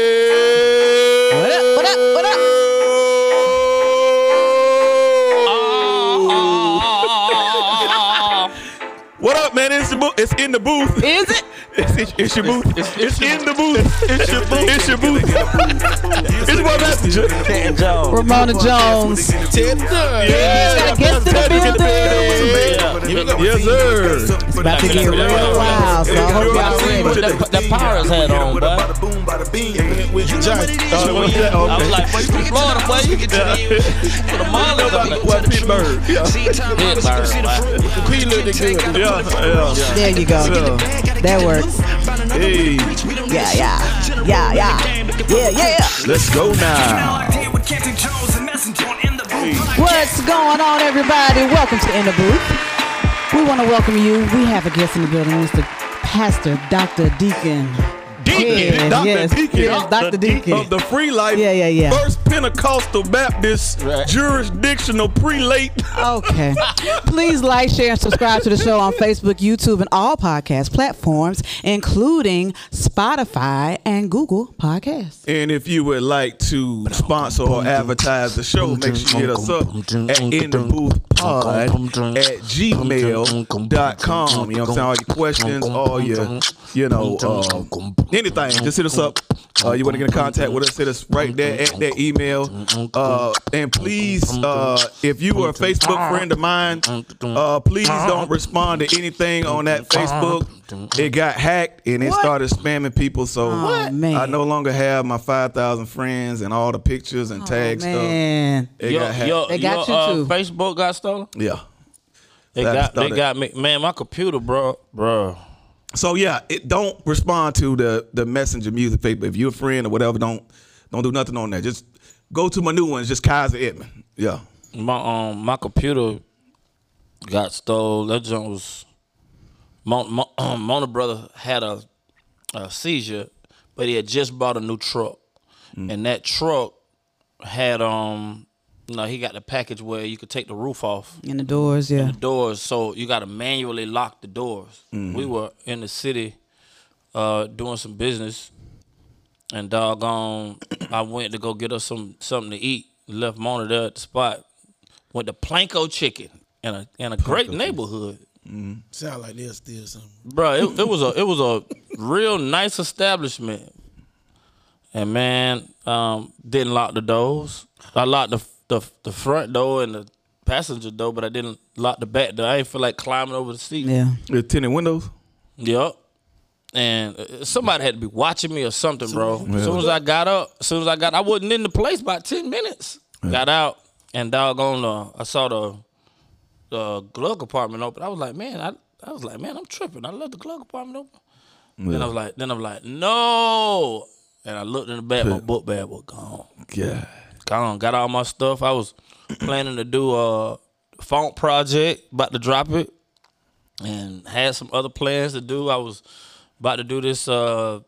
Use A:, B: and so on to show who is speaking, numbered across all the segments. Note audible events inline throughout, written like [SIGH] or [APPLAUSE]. A: Yeah.
B: What up, what up, what up?
A: What up, man? It's the bo- It's in the booth.
B: Is it?
A: It's, it's, it's your booth. It's,
C: It's- it's-
A: in the booth. It's your booth. It's your booth. it's your boy messenger.
B: Ramona Jones.
A: Yeah.
B: Got guests in the building.
A: Yes, sir.
B: About to get real wild, so I hope y'all ready.
C: That, that power's had on, but
A: Uh, what's that?
C: I was
A: Okay.
C: like, "Where you from Florida, boy? You get [LAUGHS] to the Marlins up there."
A: What Pittsburgh? Yeah.
C: Pittsburgh, boy.
A: Queen looked good. Yeah, yeah.
B: There you go. That works.
A: Hey,
B: Yeah, yeah. Yeah, yeah. Yeah, yeah.
A: let's go now.
B: What's going on, everybody? Welcome to In the Booth. We want to welcome you. We have a guest in the building, Mr. Pastor Dr. Deacon.
A: Deacon,
B: Yeah,
A: Dr.
B: yes,
A: Deacon,
B: yes, Dr. Deacon.
A: of the Free Life.
B: Yeah, yeah, yeah.
A: First Pentecostal Baptist
C: Right.
A: jurisdictional prelate.
B: [LAUGHS] Okay. Please like, share, and subscribe to the show on Facebook, YouTube, and all podcast platforms, including Spotify and Google Podcasts.
A: And if you would like to sponsor or advertise the show, make sure you hit us up at in the booth pod at gmail.com. You know what I'm saying? All your questions, all your, you know, uh, anything. Just hit us up. Uh, you want to get in contact with us? Hit us right there at that email. Uh, and please, uh, if you are a Facebook friend of mine, uh, please don't respond to anything on that Facebook. It got hacked and it started spamming people. So
B: What? man.
A: I no longer have my five thousand friends and all the pictures and tag stuff.
B: Man.
A: It
C: Yo,
A: got hacked.
C: yo,
B: They got
C: yo,
B: you
C: uh,
B: too.
C: Facebook got stolen.
A: Yeah.
C: They
A: That
C: got, they
A: started-
C: got me, man. My computer, bro, bro.
A: So yeah, it don't respond to the the messenger music paper. If you're a friend or whatever, don't don't do nothing on that. Just go to my new ones, just Kaiser Edmond. Yeah.
C: My um, my computer got stole. That junk was. Mon, Mon, [CLEARS THROAT] Mona brother had a, a seizure, but he had just bought a new truck, and that truck had um, you know, he got the package where you could take the roof off
B: In the doors, yeah.
C: doors, so you got to manually lock the doors. We were in the city uh, doing some business, and doggone, [COUGHS] I went to go get us some something to eat. Left Mona there at the spot. Went to Planko Chicken in a in a great neighborhood,
D: Mm-hmm. Sound like they'll steal something.
C: bro. It, it was a it was
D: [LAUGHS]
C: a real nice establishment, and man, um, didn't lock the doors. I locked the the the front door and the passenger door, but I didn't lock the back door. I didn't feel like climbing over the seat.
B: Yeah.
A: The tinted windows.
C: Yep. And uh, somebody had to be watching me or something, bro. As soon as I got up, as soon as I got, I wasn't in the place by ten minutes. Got out and doggone, uh, I saw the the glove compartment open. I was like, man, I, I was like, man, I'm tripping. I left the glove compartment open. Then I was like, then I'm like, no. And I looked in the back, my book bag was gone.
A: Yeah.
C: Gone. Got all my stuff. I was planning to do a font project, about to drop it, and had some other plans to do. I was about to do this uh,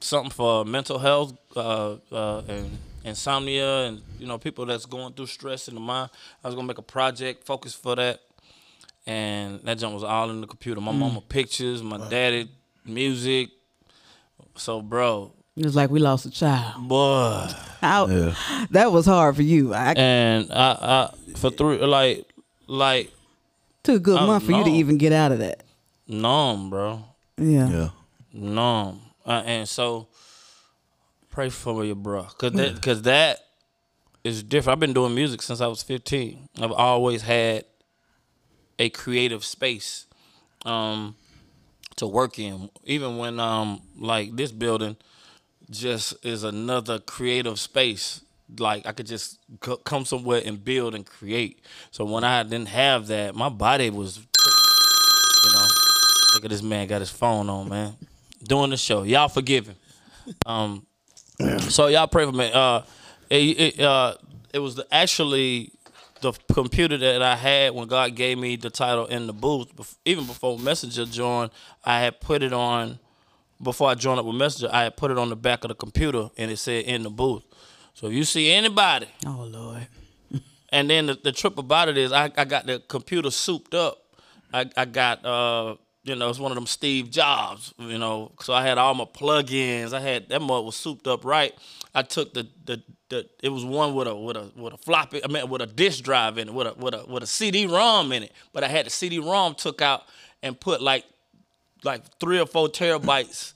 C: something for mental health uh, uh, and insomnia, and you know people that's going through stress in the mind. I was gonna make a project focus for that, and that jump was all in the computer. My mama pictures, my daddy music. So, bro,
B: It was like we lost a child.
C: boy.
B: How, That was hard for you. I,
C: and I, I for three like like
B: took a good
C: Oh,
B: month for you to
C: no.
B: even get out of that.
C: numb, bro,
B: Yeah.
A: Yeah.
C: numb. Uh, and so pray for you, bro, cause that cause that is different. I've been doing music since I was fifteen. I've always had a creative space um, to work in, even when um like this building just is another creative space. Like I could just c- come somewhere and build and create. So when I didn't have that, my body was, you know, look at this man got his phone on, man, doing the show. Y'all forgive him. Um, so y'all pray for me. Uh, it, it uh it was the, actually the computer that I had when God gave me the title in the booth. bef- Even before Messenger joined, I had put it on before I joined up with Messenger, I had put it on the back of the computer and it said in the booth. So if you see anybody,
B: Oh, Lord.
C: and then the, the trip about it is I, I got the computer souped up. I, I got uh, you know, it's one of them Steve Jobs, you know. So I had all my plugins. I had that mug was souped up right. I took the the, the it was one with a with a with a floppy, I mean with a disk drive in it, with a with a with a CD ROM in it. But I had the CD ROM took out and put like like three or four terabytes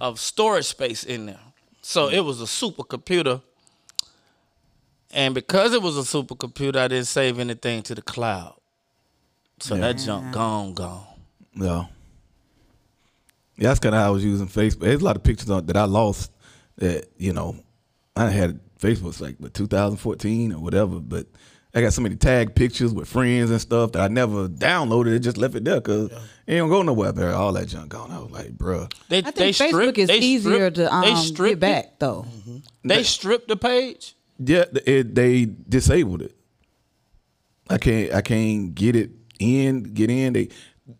C: of storage space in there. So it was a supercomputer. And because it was a supercomputer, I didn't save anything to the cloud. So that junk gone, gone.
A: No. Yeah, that's kind of how I was using Facebook. There's a lot of pictures on, that I lost that, you know, I had Facebook's like what, 2014 or whatever, but I got so many tagged pictures with friends and stuff that I never downloaded. It just left it there because it don't go nowhere. But all that junk gone. I was like, bruh.
C: They,
B: I
C: they
B: think Facebook
C: stripped-
B: is
C: they
B: easier
C: stripped-
B: to um,
C: they
B: get
C: stripped
B: back though.
A: Mm-hmm.
C: It, they stripped the page.
A: Yeah, th- it, they disabled it. I can't. I can't get it in. Get in. They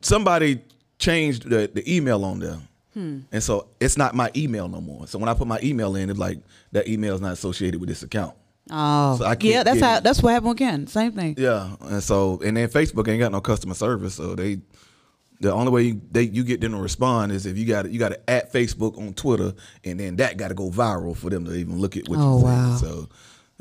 A: somebody changed the, the email on there,
B: Hmm.
A: and so it's not my email no more. So when I put my email in, it's like that email is not associated with this account.
B: Oh,
A: So I can't
B: yeah, that's
A: get
B: how.
A: it.
B: That's what happened again. Same thing.
A: Yeah, and so and then Facebook ain't got no customer service, so they the only way you, they you get them to respond is if you got you got to at Facebook on Twitter, and then that got to go viral for them to even look at what
B: Oh,
A: you
B: wow.
A: say. So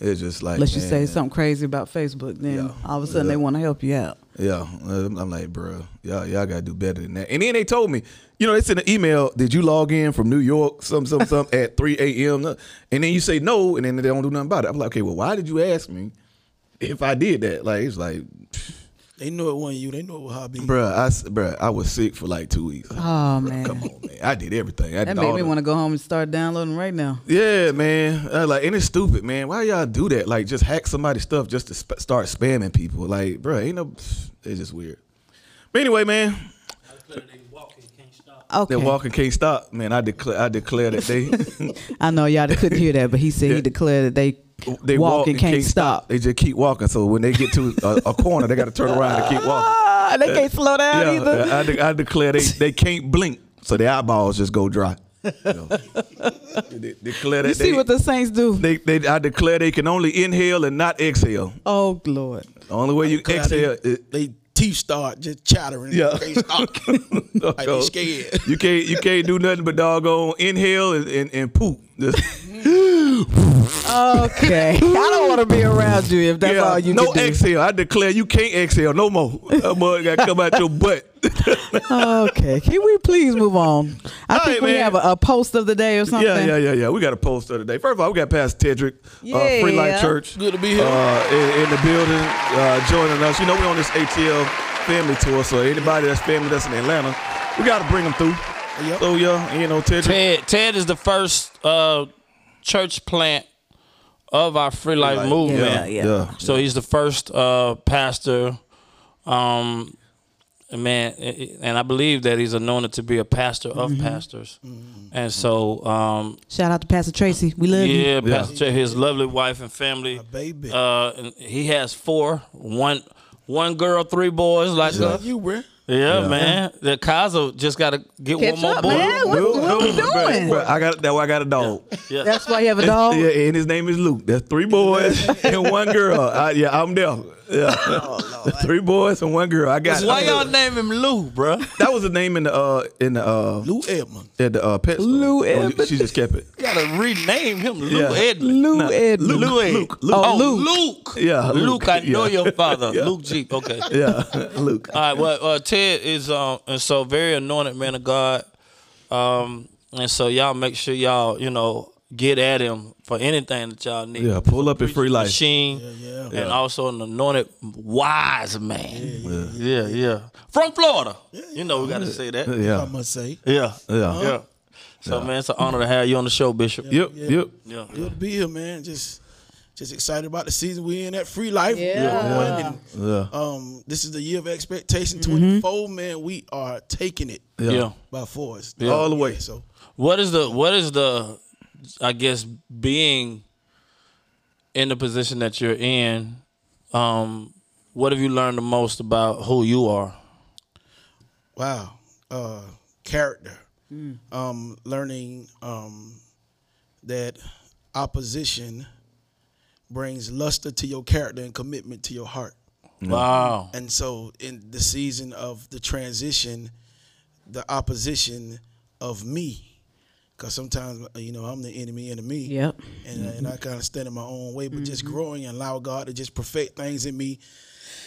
A: it's just like
B: Unless you say
A: man.
B: something crazy about Facebook, then
A: Yeah.
B: all of a sudden they want to help you out.
A: Yeah, I'm I'm like, bruh, y'all, y'all gotta do better than that. And then they told me, you know, it's in the email. Did you log in from New York, some, some, some,
B: [LAUGHS]
A: at 3 a.m.? And then you say no, and then they don't do nothing about it. I'm like, okay, well, why did you ask me if I did that? Like, it's like,
D: They know it wasn't you. They know it was Hobby.
A: bruh, I, s- bruh, I was sick for like two weeks.
B: Oh
A: Come
B: man,
A: on, man, I did everything. I
B: that
A: did
B: made
A: all
B: me
A: the-
B: want to go home and start downloading right now.
A: Yeah, man. I like, and it's stupid, man. Why y'all do that? Like, just hack somebody's stuff just to sp- start spamming people. Like, bruh, ain't no. It's just weird. But anyway, man.
B: Okay,
A: That walking can't stop, man. I declare, I declare that
B: [LAUGHS]
A: they
B: I know y'all couldn't hear that, but he said
A: Yeah.
B: he declared that they,
A: they
B: walk,
A: walk
B: and can't, stop.
A: They just keep walking. So when they get to a, a corner, they got to turn around and keep
B: [LAUGHS]
A: walking.
B: Ah, they can't slow down
A: Yeah,
B: either.
A: I, de- I declare they, they can't blink, so their eyeballs just go dry. You
B: [LAUGHS]
A: know. De- declare that
B: you see
A: they,
B: what the saints do?
A: they, they, I declare they can only inhale and not exhale.
B: oh Lord,
A: The only way you
D: Cause
A: exhale,
D: They, [LAUGHS]
A: is, [LAUGHS]
D: they teeth start just chattering.
A: Yeah. [LAUGHS]
D: They start. like they scared.
A: you can't you can't do nothing but doggone inhale and, and, and poop. Just-
B: okay. [LAUGHS] I don't want to be around you if that's
A: Yeah,
B: all you
A: no
B: can do.
A: exhale. I declare you can't exhale no more. That mug got to come out your butt.
B: okay, can we please move on? I
A: All right,
B: think we
A: man.
B: have a, a post of the day or something.
A: yeah, yeah, yeah, yeah. We got a post of the day. First of all, we got Pastor Tedrick, uh, Free Life
B: Yeah.
A: Church.
D: Good to be here.
A: Uh, in, in the building, uh, joining us. You know, we're on this ATL family tour, so anybody that's family that's in Atlanta, we got to bring them through.
D: Yep.
A: So, yeah, you know, Tedrick.
C: Ted Ted is the first uh, church plant of our free life movement.
B: Yeah, yeah.
C: So he's the first uh, pastor, um, man, and I believe that he's anointed to be a pastor of
B: Mm-hmm.
C: pastors. And so, um,
B: Shout out to Pastor Tracy. We love you.
C: yeah, Pastor Ted, his lovely wife and family.
D: baby.
C: Uh, and he has four, one, one girl, three boys. Like yeah,
D: Love you, bruh.
C: yeah, man. The Kazo just got to get
B: Catch
C: one more
B: up,
C: boy.
B: man. What,
A: Dude,
B: what we
A: dude, bruh,
B: doing?
A: bruh, I got that. I got a dog.
C: Yeah.
B: That's why you have a dog.
A: Yeah, and his name is Luke. That's three
B: [LAUGHS]
A: boys and one girl. I, yeah, I'm there. Yeah.
B: Oh,
A: [LAUGHS] three boys and one girl. I got.
C: Why y'all name him Lou, bro?
A: That was the name in the uh in the uh
D: Lou Edmond.
A: at the uh pet store.
B: Lou Edmond.
A: She just kept it.
C: gotta rename him Lou
A: Yeah.
C: Edmund.
B: Lou
A: Nah,
B: Edmund.
A: Luke,
C: Ed.
A: Luke, Luke.
C: Oh,
B: Luke.
C: Luke.
A: Yeah,
C: Luke.
A: Luke,
C: I know
A: yeah.
C: your
A: [LAUGHS]
C: father,
A: Yeah.
C: Luke Jeep. Okay.
A: Yeah, [LAUGHS] Luke.
C: All right. Well, uh, Ted is um, and so very anointed man of God, um, and so y'all make sure y'all you know get at him for anything that y'all need.
A: Yeah, pull up in free life.
C: Machine,
D: yeah.
C: and also an anointed wise man. Yeah, yeah. From Florida. You know we gotta say that. Yeah,
D: I
A: Yeah,
D: must say.
C: yeah.
A: yeah.
C: So man, it's an honor to have you on the show, Bishop.
A: Yep, yep.
C: Uh-huh. Yeah.
D: Good to be here, man. Just just excited about the season we in at Free Life.
B: Yeah.
D: Number one.
B: Yeah.
D: And,
A: Yeah,
D: um, this is the year of expectation. 24, man, we are taking it
A: yeah.
C: yeah.
D: by force.
A: All the way.
D: So
C: What is the what is the I guess being in the position that you're in, um, what have you learned the most about who you are?
D: wow uh character um learning um that opposition brings luster to your character and commitment to your heart
C: Wow.
D: and so in the season of the transition the opposition of me. Because sometimes, you know, I'm the enemy into me.
B: Yep.
D: And, uh, and I kind of stand in my own way, but just growing and allow God to just perfect things in me.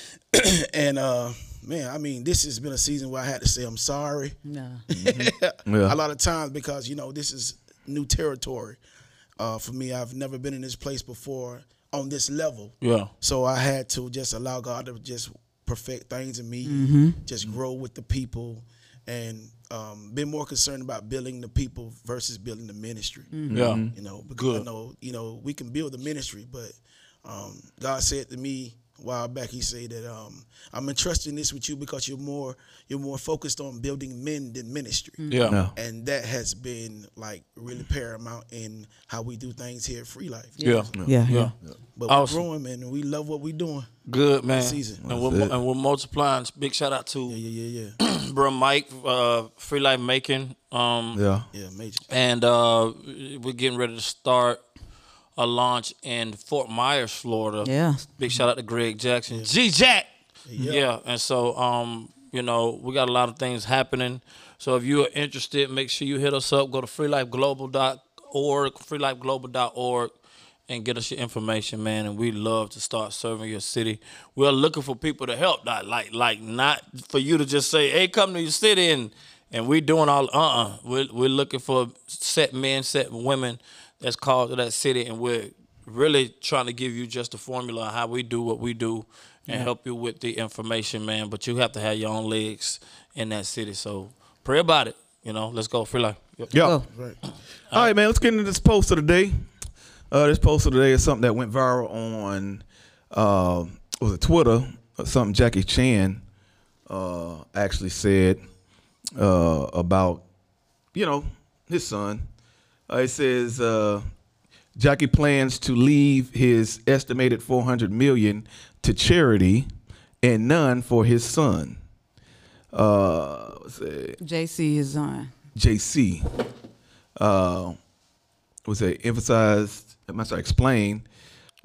D: [CLEARS THROAT] and, uh, man, I mean, this has been a season where I had to say I'm sorry
B: No.
A: Yeah.
D: a lot of times because, you know, this is new territory uh, for me. I've never been in this place before on this level.
C: Yeah.
D: So I had to just allow God to just perfect things in me, just grow with the people, and um, been more concerned about building the people versus building the ministry.
C: Yeah.
D: You know, because I know you know we can build the ministry, but um, God said to me a while back, He said that um, I'm entrusting this with you because you're more you're more focused on building men than ministry
C: Mm-hmm. Yeah.
A: No.
D: and that has been like really paramount in how we do things here at Free Life.
C: Yeah.
B: Yeah. Yeah.
C: Yeah.
D: But
C: Awesome.
D: we're growing, man, and we love what we're doing.
C: Good man.
D: Season.
C: And we're
A: That's it.
C: and we're multiplying. Big shout out
D: Yeah,
C: to
D: yeah, yeah, yeah,
C: bro Mike, uh, Free Life Making. Um,
A: Yeah.
D: yeah, major.
C: and uh, we're getting ready to start a launch in Fort Myers, Florida.
B: Yeah.
C: Big shout out to Greg Jackson, G Jack. Yeah. and so um, you know, we got a lot of things happening. So if you are interested, make sure you hit us up. Go to freelifeglobal.org, freelifeglobal.org, and get us your information, man. And we love to start serving your city. We're looking for people to help, not like like not for you to just say, "Hey, come to your city," and and we doing all uh uh-uh. uh. we are we're looking for set men, set women that's called to that city, and we're really trying to give you just the formula of how we do what we do and help you with the information, man. But you have to have your own legs in that city. So pray about it. You know, let's go free life. Yep.
A: Yeah.
B: Go.
D: Right.
A: All right, man. Let's get into this post of the day. Uh, this post of the day is something that went viral on uh, was it Twitter? Or something Jackie Chan uh, actually said uh, about you know his son. Uh, it says uh, Jackie plans to leave his estimated 400 million to charity and none for his son. Uh, let's see.
B: JC is on.
A: JC uh, was it emphasized? I'm sorry, explained.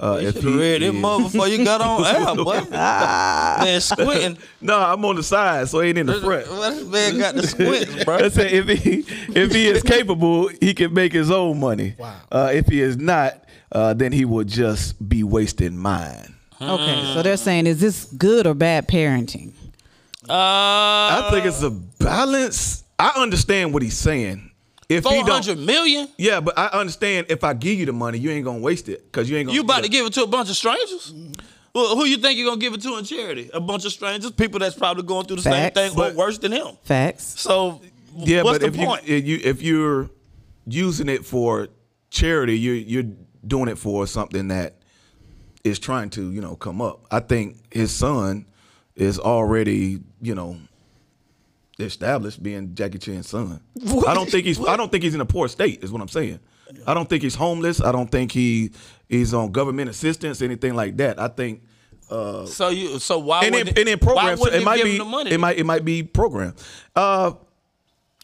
A: Uh,
C: You
A: if
C: should
A: he
C: read
A: is-
C: it mother before you
A: [LAUGHS]
C: got on air, boy. man, squinting.
A: no, I'm on the side, so it ain't in the front.
C: This man got the
A: [LAUGHS]
C: squints, bro.
A: I said if he if he is capable, he can make his own money. Wow. Uh, if he is not, uh, then he will just be wasting mine.
B: Okay, so they're saying, is this good or bad parenting?
C: Uh,
A: I think it's a balance. I understand what he's saying. If he
C: four
A: don't,
C: hundred million.
A: yeah, but I understand if I give you the money, you ain't gonna waste it because you ain't gonna.
C: You about to give it to a bunch of strangers? Well, who you think you're gonna give it to in charity? A bunch of strangers, people that's probably going through the
B: Facts.
C: same thing or
A: But-
C: worse than him.
B: Facats.
C: So,
A: Yeah,
C: what's
A: but
C: the
A: if
C: point?
A: you if you if you're using it for charity, you're you're doing it for something that is trying to you know come up. I think his son is already you know established being Jackie Chan's son. I don't think he's I don't think he's in a poor state. Is what I'm saying. I don't think he's homeless. I don't think he he's on government assistance anything like that. I think
C: so you, so why
A: and
C: would
A: in, and in programs
C: why wouldn't
A: it
C: you
A: might
C: give
A: be
C: him the money?
A: it might it might be program. Uh,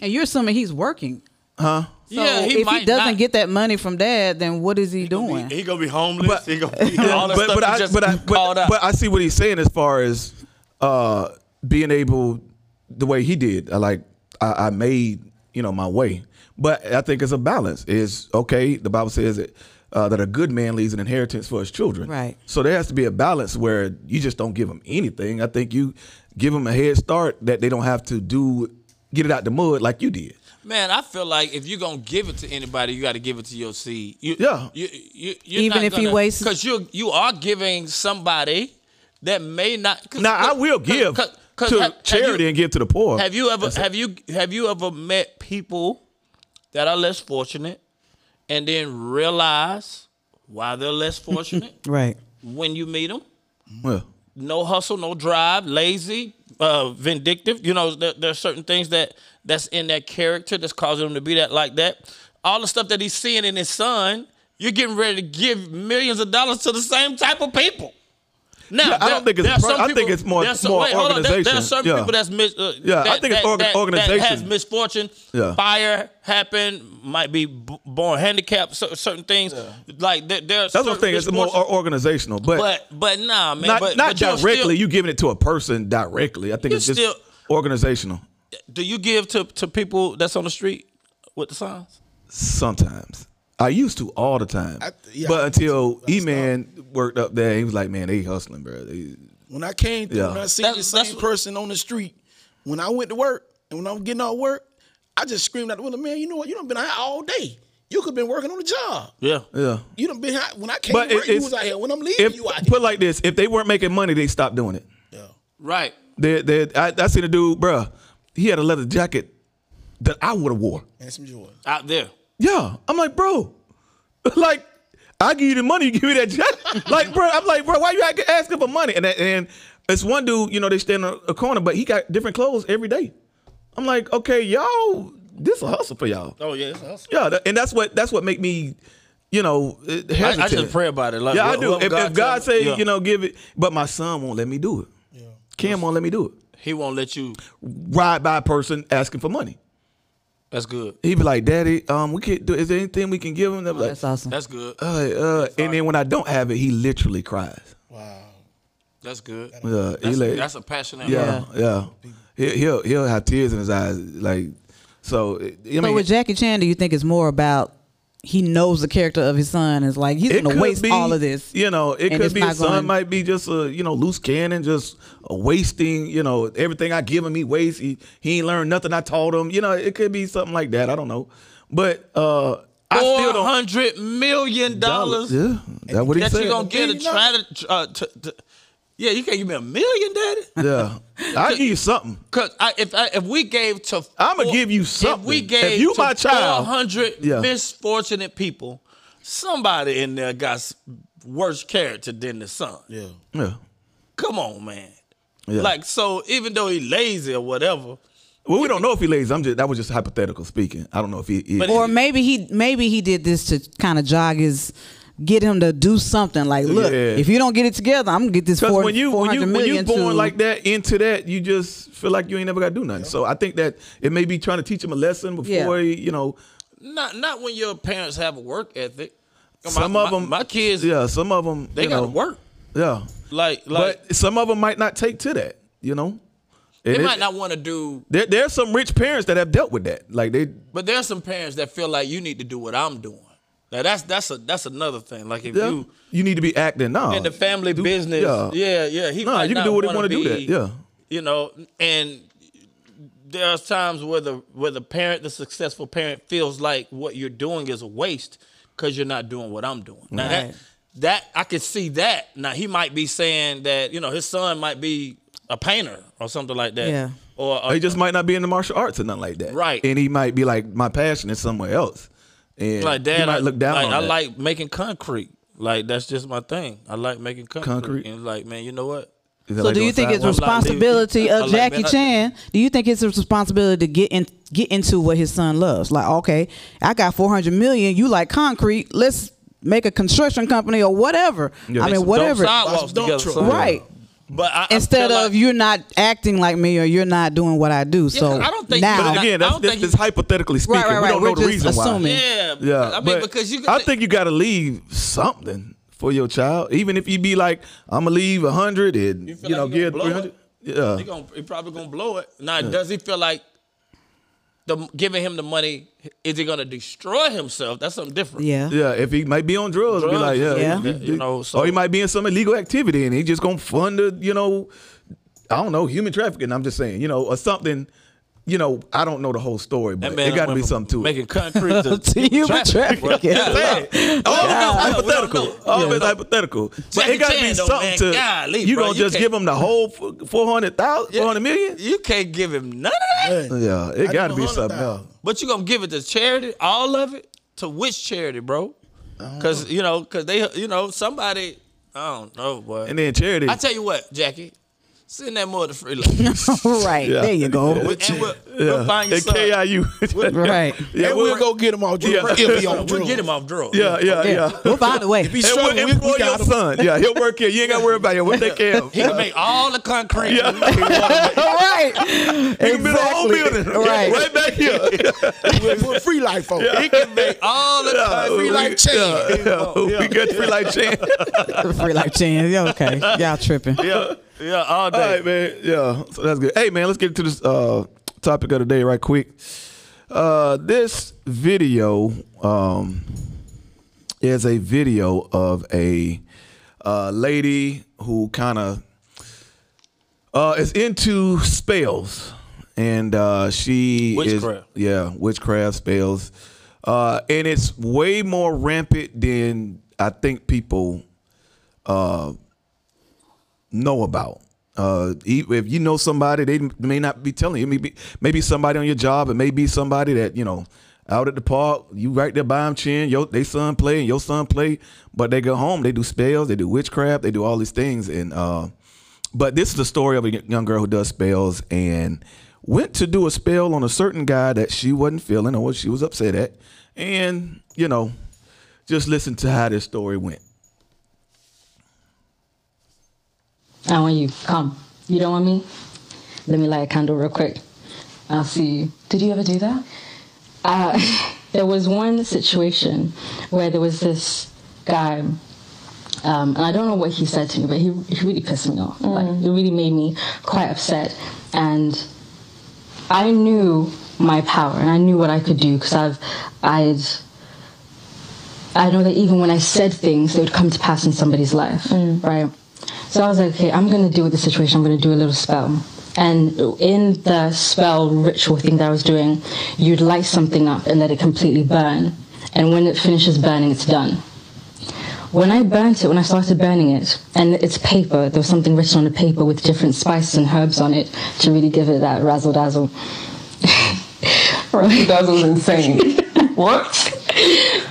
B: And you're assuming he's working. So
C: yeah, he
B: if
C: might
B: he doesn't
C: not.
B: get that money from dad, then what is he doing?
C: he gonna be homeless.
A: But-
C: he gonna
A: [LAUGHS]
C: be all that
A: but,
C: stuff
A: but,
C: you
A: I,
C: just
A: but, I,
C: called
A: but,
C: out.
A: but I see what he's saying as far as uh, being able the way he did. I like I, I made you know my way, but I think it's a balance. Is okay. The Bible says it. Uh, that a good man leaves an inheritance for his children.
B: Right.
A: So there has to be a balance where you just don't give them anything. I think you give them a head start that they don't have to do get it out the mud like you did.
C: Man, I feel like if you're gonna give it to anybody, you got to give it to your seed. You,
A: Yeah.
C: You, you, you're
B: Even
C: not
B: if he
C: gonna,
B: wastes-
C: because you you are giving somebody that may not. Cause,
A: Now I will give
C: Cause, 'cause
A: to
C: have- have
A: charity
C: you-
A: and give to the poor.
C: Have you ever have you have you ever met people that are less fortunate and then realize why they're less fortunate
B: [LAUGHS] Right.
C: when you meet them?
A: Well,
C: No hustle, no drive, lazy, uh, vindictive. You know, there, there are certain things that that's in their character that's causing them to be that like that. All the stuff that he's seeing in his son, you're getting ready to give millions of dollars to the same type of people. Now,
A: Yeah, I don't think it's
C: there are
A: pro-
C: some
A: I think it's more-
C: there's some-
A: more
C: wait, hold on, there- There,
A: organization.
C: are certain
A: Yeah.
C: people that's mis- uh,
A: Yeah, I
C: that-
A: think it's
C: that-
A: org-
C: that- That has
A: organization.
C: misfortune.
A: Yeah.
C: Fire happened. Might be b- born handicapped. cer- certain things like there, there are
A: that's what I'm
C: certain
A: saying. It's more
C: misfortunes.
A: or- organizational,
C: But but nah, man.
A: not
C: but,
A: not
C: but you're
A: directly.
C: Still,
A: you giving it to a person directly. I think
C: You're
A: it's just
C: still-
A: organizational.
C: do you give to to people that's on the street with the signs?
A: Sometimes. I used to all the time.
D: I- yeah,
A: but
D: I-
A: until E Man worked up there, he was like, man, they hustling, bro. They-
D: When I came through,
A: Yeah.
D: when I seen
C: That's-
D: the same
C: that's what-
D: person on the street, when I went to work and when I'm getting out of work, I just screamed out the window, man, you know what? You done been out all day. You could have been working on the job.
C: Yeah.
A: yeah.
D: You done been out. When I came
A: But
D: to
A: it-
D: work, you
A: it's-
D: was out here. When I'm leaving,
A: If,
D: you out
A: put
D: here.
A: it like this, if they weren't making money, they stopped doing it.
D: Yeah.
C: Right.
A: They, they, I, I seen a dude, bruh, he had a leather jacket that I would have wore.
D: And some joy.
C: Out there.
A: Yeah. I'm like, bro, [LAUGHS] like, I give you the money, [LAUGHS] you give me that jacket. like, bro, I'm like, bro, why you out here asking for money? And that, and it's one dude, you know, they stand on a corner, but he got different clothes every day. I'm like, okay, y'all, this a hustle for y'all.
C: Oh yeah. It's a hustle.
A: Yeah, that, and that's what that's what make me, you know, uh, hesitant.
C: I, I just pray about it. Like,
A: yeah, I
C: what-
A: do.
C: what
A: If if God,
C: tell me-
A: say,
C: Yeah.
A: you know, give it, but my son won't let me do it. Cam won't let me do it.
C: he won't let you.
A: Ride by a person asking for money.
C: That's good.
A: He be like, Daddy, um, we can't do. Is there anything we can give him? They'll be like,
B: Oh, That's awesome.
C: That's good.
A: uh, uh, and then when I don't have it, he literally cries.
D: Wow.
C: That's good.
A: Uh, he
C: That's,
A: like,
C: that's a passionate.
A: yeah, yeah. He, he'll he'll have tears in his eyes, like so. I mean,
B: but with Jackie Chan, do you think it's more about he knows the character of his son? Is like he's
A: it
B: gonna
A: could
B: waste
A: be,
B: all of this.
A: You know, it
B: and
A: could
B: it's
A: be
B: not
A: son
B: going-
A: might be just a you know loose cannon, just a wasting. You know, everything I give him, he wastes. He, he ain't learned nothing I taught him. You know, it could be something like that. I don't know, but uh, I still
C: Four
A: don't.
C: hundred million dollars
A: Yeah, that what he
C: that
A: said.
C: you gonna get to
D: Million
C: try to. Uh, to, to yeah, you can't give me a million, daddy. [LAUGHS]
A: yeah, I give you something.
C: Cause I, if I, if we gave to,
A: I'ma
C: four-
A: give you something.
C: If we
A: If
C: gave
A: you
C: to
A: my child-
C: four hundred
A: Yeah.
C: misfortunate people, somebody in there got s- worse character than the son.
D: Yeah.
A: Yeah.
C: Come on, man.
A: Yeah.
C: Like so, even though he lazy or whatever,
A: Well, we don't know if he lays. I'm just that was just hypothetical speaking. I don't know if he. he
C: But-
B: Or maybe he maybe he did this to kind of jog his get him to do something like look
A: Yeah.
B: if you don't get it together i'm gonna get this
A: Because
B: 4
A: when you when you
B: 400
A: when you
B: million
A: born
B: to-
A: like that into that, you just feel like you ain't never got to do nothing. So I think that it may be trying to teach him a lesson before
B: Yeah.
A: he, you know.
C: not not when your parents have a work ethic. My-
A: Some
C: my,
A: of them,
C: my kids,
A: yeah. Some of them,
C: they
A: you
C: gotta
A: know,
C: work.
A: Yeah,
C: Like like
A: but some of them might not take to that. You know,
C: they
A: And it-
C: might not want to do.
A: There, there are some rich parents that have dealt with that. Like they,
C: But there's some parents that feel like you need to do what I'm doing. Now that's that's a that's another thing. Like if
A: yeah, you,
C: you
A: need to be acting now.
C: in the family business.
A: yeah.
C: Yeah, yeah. He
A: Nah,
C: might
A: you can
C: not
A: do what you
C: wanna
A: wanna do
C: be,
A: that, yeah.
C: you know, and there's times where the where the parent, the successful parent, feels like what you're doing is a waste because you're not doing what I'm doing. Now
B: Right.
C: that that I could see that. Now he might be saying that you know his son might be a painter or something like that.
B: Yeah.
C: Or
A: He
C: a,
A: just might not be in the martial arts or nothing like that.
C: Right.
A: And he might be like, my passion is somewhere else. And
C: like
A: he
C: dad,
A: might
C: I,
A: look down
C: like,
A: on
C: I
A: that.
C: like making concrete. Like that's just my thing. I like making concrete.
A: Concrete.
C: And like man, you know what?
A: Is that
B: so
A: like
B: do
A: on
B: you think it's
A: sidewalks?
C: responsible?
B: responsibility
C: I
B: of
C: like
B: jackie
C: that.
B: chan do you think it's his responsibility to get in get into what his son loves like okay i got 400 million you like concrete let's make a construction company or whatever
A: Yeah.
B: i
A: Make
B: mean
A: some
B: whatever
C: Dump sidewalks
D: Dump
C: together,
D: truck.
C: son.
B: right
C: But I,
B: instead of
C: you.
B: you're not acting like me or you're not doing what i do so
C: I don't think-
B: now
A: But
C: I- I
A: again, that's,
C: don't
A: that's,
C: think
A: that's
C: he-
A: hypothetically speaking.
B: right,
A: We
B: right.
A: don't
B: We're
A: know the
B: just
A: reason
B: assuming.
A: why.
C: Yeah,
A: Yeah,
C: I mean
A: but
C: because you. Could
A: I
C: thi-
A: think you got to leave something for your child, even if you be like, "I'm gonna leave a hundred and you,
C: feel
A: know
C: like you
A: give
C: gonna
A: three
C: blow
A: hundred.
C: it?
A: Yeah,
C: he, gonna, he probably gonna blow it. Now, does he feel like the giving him the money is he gonna destroy himself? That's something different.
B: yeah
A: yeah. If he might be on drugs, be
C: Drugs,
A: like, yeah,
B: yeah.
A: you-
C: You know, so-
A: or he might be in some illegal activity and he just gonna fund the, you know, I don't know, human trafficking. I'm just saying, you know, or something. You know, I don't know the whole story,
C: That
A: but
C: man
A: it got to
C: went
A: be
C: from
A: something to it.
B: [LAUGHS]
C: Making concrete to,
B: To human trafficking.
C: [LAUGHS] bro.
B: Yeah.
A: Sad. All of Oh, it's
C: Yeah. We
A: hypothetical.
C: don't know.
A: All of it's hypothetical. But
C: Jackie
A: it got to be
C: Chan though,
A: something
C: man.
A: to.
C: Golly,
A: you
C: bro,
A: gonna
C: you
A: just
C: can't-
A: give them the whole f- 400,000, 400 million?
C: You can't give him none of that.
A: Yeah, it got to be something
D: 100,000.
A: else.
C: But you gonna give it to charity, all of it to which charity, bro? Because you know, because they, you know, somebody. I don't know, boy.
A: And then charity.
C: I tell you what, Jackie, send that mother
A: [LAUGHS]
C: free. and
B: [LAUGHS] right
A: Yeah.
B: there you go
C: we'll, we'll find your
A: and
C: son.
A: KIU.
B: right
A: Yeah,
D: and we'll, go get him off drugs.
A: Yeah.
D: If he
A: Yeah.
D: on drugs.
C: We'll get him off drugs.
A: Yeah, yeah, yeah.
B: yeah we'll find a way
D: If he's
A: And
D: struggling,
A: we'll
D: we,
A: employ
D: we
A: your
D: got him.
A: son. Yeah, he'll work here. You ain't got to worry about him. We'll take care of
C: He
A: him.
C: can make all the
A: [LAUGHS]
C: concrete.
B: right.
A: He
B: [LAUGHS]
A: can build a whole building.
B: Right.
A: Right back here.
D: We'll put free life on.
C: He can make all the
D: Free
C: concrete. Like,
D: life chain.
A: Yeah, yeah. [LAUGHS] We got free life chance. [LAUGHS]
B: [LAUGHS] Free life chance. Yeah, okay. Y'all tripping.
C: yeah, yeah, all
A: All
C: day.
A: right, man. Yeah, so that's good. Hey, man, let's get to this uh, topic of the day right quick. Uh, this video um, is a video of a uh, lady who kind of uh, is into spells, and uh, she
C: Witchcraft.
A: is yeah witchcraft spells, uh, and it's way more rampant than I think people know about. Uh, e- if you know somebody, they may not be telling you. Maybe maybe somebody on your job. It may be somebody that you know out at the park. You right there by them cheering. Your they son play and your son play, but they go home. They do spells. They do witchcraft. They do all these things. And uh, but this is the story of a y- young girl who does spells and went to do a spell on a certain guy that she wasn't feeling or she was upset at. And you know, just listen to how this story went.
E: I want you. Come. You don't want me? Let me light a candle real quick. I'll see you.
F: Did you ever do that?
E: Uh, [LAUGHS] there was one situation where there was this guy, um, and I don't know what he said to me, but he, he really pissed me off. Like,
F: Mm.
E: it really made me quite upset. And I knew my power, and I knew what I could do because I've, I'd, I know that even when I said things, they would come to pass in somebody's life, right? So I was like, okay, I'm gonna deal with the situation. I'm gonna do a little spell. And in the spell ritual thing that I was doing, you'd light something up and let it completely burn. And when it finishes burning, it's done. When I burnt it, when I started burning it, and it's paper, there was something written on the paper with different spices and herbs on it to really give it that razzle dazzle. [LAUGHS] right?
F: That was insane. what?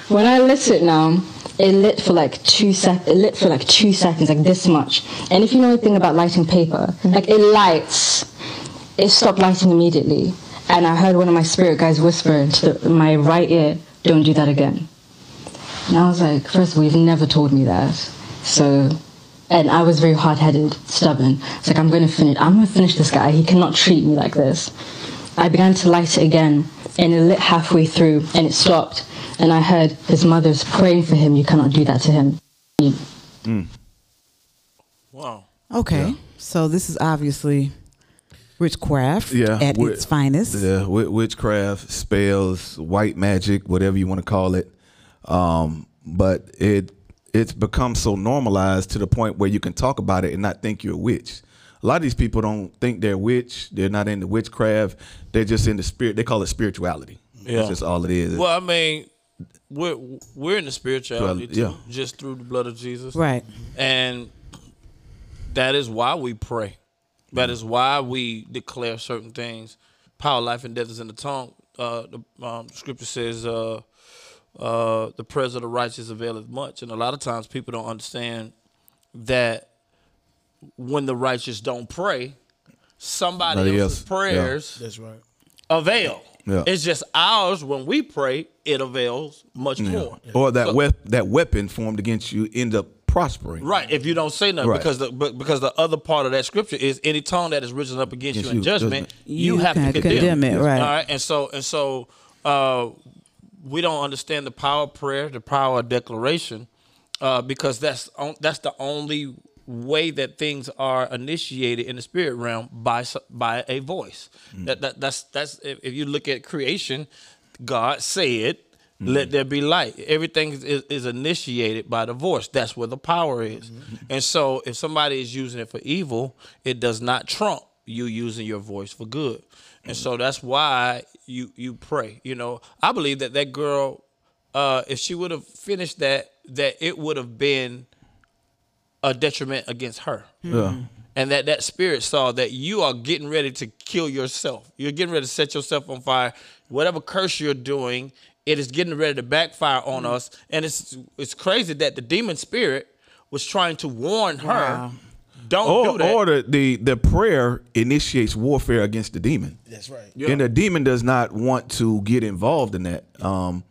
E: When I lit it now, it lit for like two sec. It lit for like two seconds, like this much. And if you know anything about lighting paper, like it lights, it stopped lighting immediately. And I heard one of my spirit guys whisper into the, my right ear, "Don't do that again." And I was like, first of all, you've never told me that. So, and I was very hard headed, stubborn. It's like, I'm going to finish, I'm going to finish this guy. He cannot treat me like this. I began to light it again, and it lit halfway through, and it stopped. And I heard his mother's praying for him, you cannot do that to him.
C: Wow.
B: Okay. So this is obviously witchcraft
A: Yeah,
B: at
A: wi-
B: its finest.
A: Yeah, wi- witchcraft, spells, white magic, whatever you want to call it. Um, but it it's become so normalized to the point where you can talk about it and not think you're a witch. A lot of these people don't think they're witch. They're not into witchcraft. They're just into spirit. They call it spirituality.
C: Yeah.
A: That's just all it is.
C: Well, I mean, we're we're in the spirituality, too,
A: Yeah.
C: just through the blood of Jesus,
B: Right.
C: And that is why we pray. That is why we declare certain things. Power, life, and death is in the tongue. Uh, the um, scripture says, uh, uh, "The prayers of the righteous availeth much." And a lot of times, people don't understand that when the righteous don't pray, somebody
A: Somebody
C: else's
A: else, yeah.
C: prayers
D: That's right.
C: avail.
A: Yeah.
C: It's just ours when we pray, it avails much more.
A: Or that wep- that weapon formed against you end up prospering.
C: Right, if you don't say nothing,
A: Right.
C: because the but- because the other part of that scripture is any tongue that is risen up against
A: Against
C: you in
A: you,
C: judgment,
A: judgment.
C: you,
B: You
C: have to
B: can
C: condemn,
B: condemn it, right.
C: All right, and so and so uh, we don't understand the power of prayer, the power of declaration, uh, because that's on, that's the only way that things are initiated in the spirit realm by s- by a voice. That, that that's that's if, if you look at creation, God said. Let there be light. Everything is, is initiated by the voice. That's where the power is. And so, if somebody is using it for evil, it does not trump you using your voice for good. And so that's why you you pray. You know, I believe that that girl, uh, if she would have finished that, that it would have been a detriment against her.
A: Yeah.
C: And that that spirit saw that you are getting ready to kill yourself. You're getting ready to set yourself on fire. Whatever curse you're doing, it is getting ready to backfire on us. And it's it's crazy that the demon spirit was trying to warn her. Don't do
A: Or,
C: that.
A: or the, the the prayer initiates warfare against the demon.
D: That's right.
A: and the demon does not want to get involved in that. Um,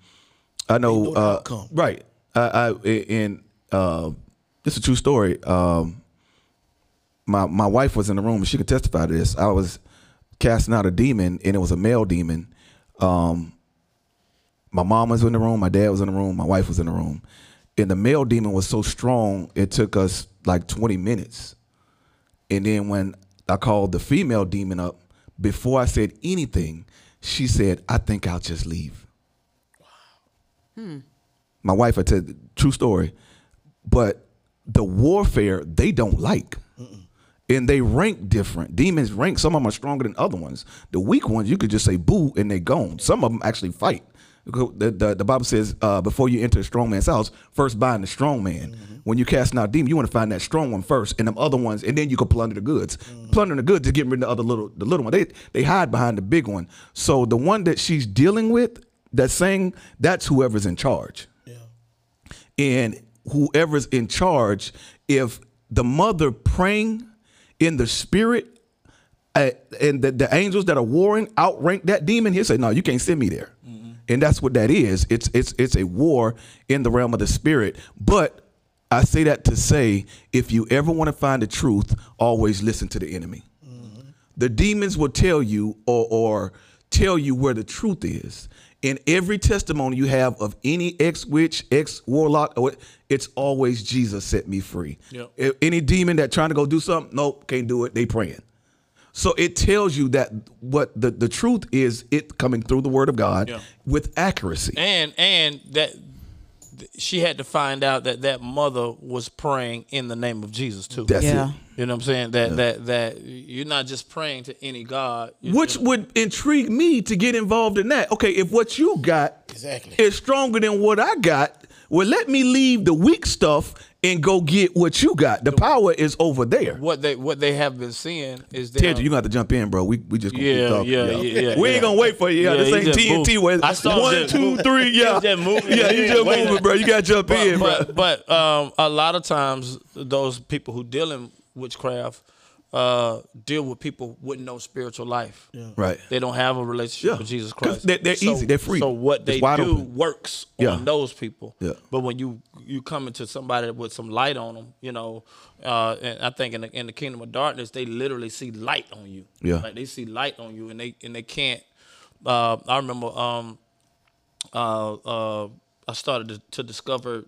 A: I know,
D: the
A: uh,
D: outcome.
A: right? I, I and uh, this is a true story. Um, my my wife was in the room and she could testify to this. I was casting out a demon, and it was a male demon. Um, my mom was in the room, my dad was in the room, my wife was in the room, and the male demon was so strong it took us like twenty minutes and then when I called the female demon up, Before I said anything, she said, I think I'll just leave. My wife, I tell you, true story. But the warfare they don't like. And they rank different. Demons rank. Some of them are stronger than other ones. The weak ones, you could just say boo and they're gone. Some of them actually fight. The, the, the Bible says, uh, before you enter a strong man's house, first bind the strong man. When you cast out demon, you want to find that strong one first and them other ones, and then you can plunder the goods. Plundering the goods is getting rid of the other little the little one. They they hide behind the big one. So the one that she's dealing with, that's saying, that's whoever's in charge
D: Yeah.
A: and whoever's in charge, if the mother praying in the spirit uh, and the, the angels that are warring outrank that demon, he'll say, No, you can't send me there. And that's what that is. It's it's it's a war in the realm of the spirit. But I say that to say if you ever want to find the truth, always listen to the enemy. The demons will tell you or, or tell you where the truth is. In every testimony you have of any ex witch, ex warlock, or what- it's always Jesus set me free.
C: Yep.
A: If Any demon that trying to go do something, nope, can't do it. They praying. So it tells you that what the, the truth is, it coming through the Word of God
C: Yeah.
A: with accuracy.
C: and and that th- she had to find out that that mother was praying in the name of Jesus too.
A: That's
B: Yeah.
A: it.
C: you know what I'm saying? That that that you're not just praying to any god. You-
A: Which would intrigue me to get involved in that. Okay, if what you got
D: Exactly.
A: is stronger than what I got, well, let me leave the weak stuff and go get what you got. The power is over there.
C: what they what they have been seeing is that
A: Ted, you gonna have to jump in, bro. We we just gonna
C: Yeah,
A: keep talking.
C: yeah,
A: yo.
C: yeah, yeah,
A: We ain't
C: yeah.
A: gonna wait for you. Yeah,
C: Yeah,
A: this
C: he
A: ain't
C: just
A: TNT.
C: moved.
A: Where it's
C: I saw
A: one,
C: that
A: two,
C: move.
A: three.
C: [LAUGHS]
A: Yeah,
C: just moving.
A: Yeah, you
C: He
A: just
C: waiting.
A: moving, bro. You gotta jump in, bro.
C: but, but um, a lot of times those people who deal in witchcraft uh, deal with people with no spiritual life.
A: Right.
C: They don't have a relationship
A: Yeah.
C: with Jesus
A: 'Cause
C: Christ.
A: they- they're
C: so,
A: easy. They're free.
C: So what
A: It's
C: they do
A: wide open.
C: works
A: Yeah.
C: on those people.
A: Yeah.
C: But when you you come into somebody with some light on them, you know, uh, and I think in the, in the kingdom of darkness, they literally see light on you.
A: Yeah.
C: Like they see light on you, and they and they can't. Uh, I remember um, uh, uh, I started to, to discover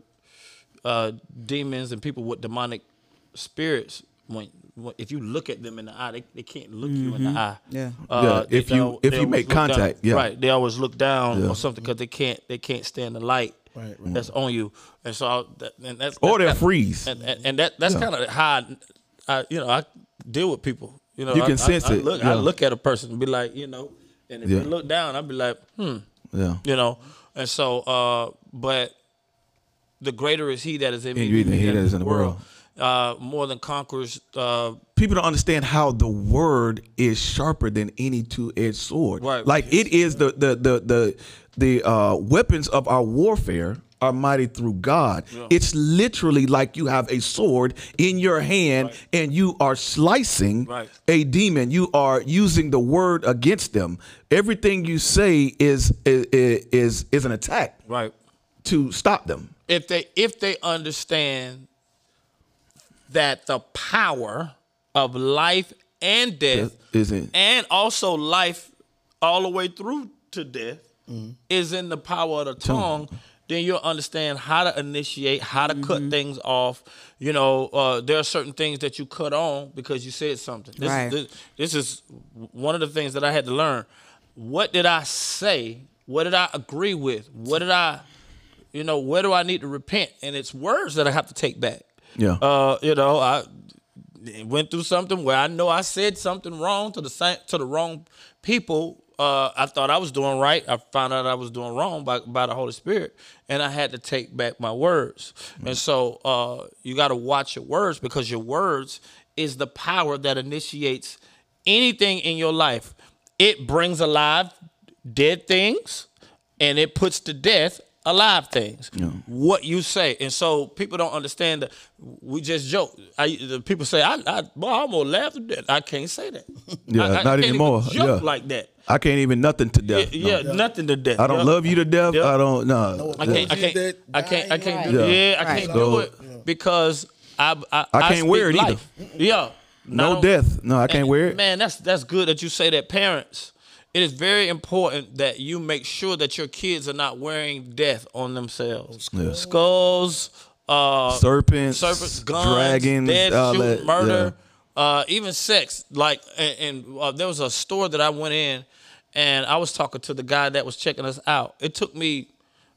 C: uh, demons and people with demonic spirits. When, when if you look at them in the eye, they, they can't look you in
D: Mm-hmm.
C: the eye. Uh,
B: Yeah.
A: Yeah,
C: they-
A: if you-
C: they'll-
A: if
C: they
A: you
C: always
A: make
C: look down.
A: contact, yeah.
C: right? They always look down or something because they can't they can't stand the light
D: Right,
C: that's on you, and so I, that, and that's
A: Or they'll
C: that-
A: freeze.
C: and, and, and that that's kind of how I, I you know I deal with people. You know,
A: You
C: I-
A: can
C: I-
A: sense
C: I
A: it,
C: Look,
A: yeah.
C: I look at a person and be like, you know, and if
A: Yeah.
C: they look down, I'd be like, hmm,
A: Yeah.
C: you know, and so uh, but the greater is He that is in me,
A: you
C: than
A: even hear that is in the world.
C: Uh, more than conquerors. Uh,
A: people don't understand how the word is sharper than any two-edged sword.
C: Right.
A: Like it is the the the the the uh, weapons of our warfare are mighty through God. It's literally like you have a sword in your hand and you are slicing
C: Right.
A: a demon. You are using the word against them. Everything you say is is is, is an attack
C: right.
A: to stop them.
C: if they if they understand that the power of life and death
A: Is it?
C: and also life all the way through to death is in the power of the tongue then you'll understand how to initiate how to cut things off you know uh, there are certain things that you cut on because you said something this,
B: Right.
C: is, this, this is one of the things that i had to learn what did i say what did i agree with what did i you know where do i need to repent and it's words that i have to take back
A: Yeah.
C: uh, you know i went through something where i know i said something wrong to the same, to the wrong people uh, i thought i was doing right i found out i was doing wrong by, by the holy spirit and i had to take back my words and so uh, you got to watch your words because your words is the power that initiates anything in your life it brings alive dead things and it puts to death alive things. What you say, and so people don't understand that we just joke. I, the people say, "I, I, boy, I'm gonna laugh to death." I can't say that.
A: [LAUGHS] Yeah,
C: I, I
A: not
C: can't even
A: anymore.
C: joke
A: Yeah.
C: like that.
A: I can't even nothing to
C: Yeah,
A: death. no.
C: yeah, nothing to death.
A: I don't
C: Yeah.
A: love you to death.
C: Yeah.
A: I don't no.
C: I can't. I
D: Is
C: can't.
D: that
C: I can't. I can't.
D: dying
C: Do,
A: light?
C: yeah. I
B: Right.
C: can't
A: So-
C: do it because I. I,
A: I can't wear
C: speak
A: it either.
C: life. Yeah.
A: No
C: Not on-
A: death. No, I can't
C: and,
A: wear it.
C: Man, that's that's good that you say that, parents. It is very important that you make sure that your kids are not wearing death on themselves. Skulls, uh,
A: Serpents,
C: serpents, guns,
A: dragons,
C: dead
A: all
C: shoot,
A: that,
C: murder, uh, even sex. Like, and, and uh, there was a store that I went in, and I was talking to the guy that was checking us out. It took me.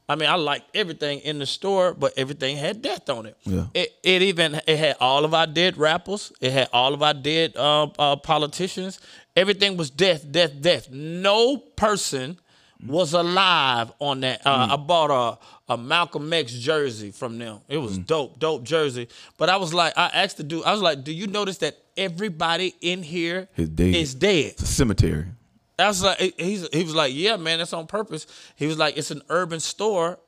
C: I mean, I liked everything in the store, but everything had death on it.
A: Yeah.
C: It, it even it had all of our dead rappers. It had all of our dead uh, uh, politicians. Everything was death, death, death. No person was alive on that. Uh,
A: Mm.
C: I bought a, a Malcolm X jersey from them. It
A: Mm.
C: was dope, dope jersey. But I was like, I asked the dude, I was like, do you notice that everybody in here
A: Is dead.
C: is dead?
A: It's a cemetery.
C: I was like, he- he's, he was like, yeah, man, that's on purpose. He was like, it's an urban store,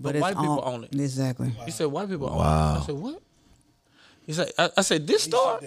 C: but,
B: it's
C: white people
B: on-
C: own it.
B: Exactly.
C: He said, white people own it. I said, what? He said, I, I said, this store?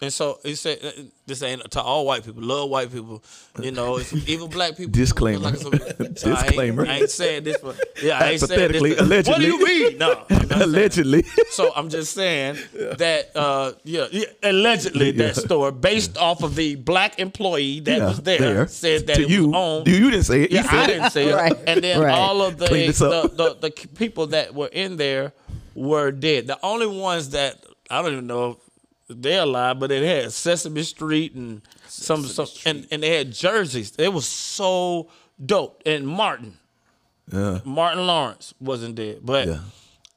C: And so he said, uh, this ain't to all white people. Love white people. You know, it's even black people.
A: Disclaimer. [LAUGHS]
C: Like it's a- I ain't-
A: Disclaimer.
C: I ain't, saying this, but yeah, I ain't saying this.
A: Hypothetically,
C: but- What do you
A: allegedly.
C: mean? No. I'm not saying that.
A: Allegedly.
C: So I'm just saying that, uh, yeah, yeah, allegedly that
A: Yeah.
C: store, based off of the black employee that
A: Yeah,
C: was there, said that
A: to
C: it
A: you.
C: was on.
A: You, you didn't say it.
C: yeah,
A: he said
C: I
A: it.
C: didn't say it.
B: Right,
C: And then
B: right.
C: all of the
A: Clean this
C: the,
A: up.
C: the the c- people that were in there were dead. The only ones that I don't even know if they're alive, but it had Sesame Street and some some and, and they had jerseys. It was so dope. And Martin. Martin Lawrence wasn't dead, but
A: Yeah.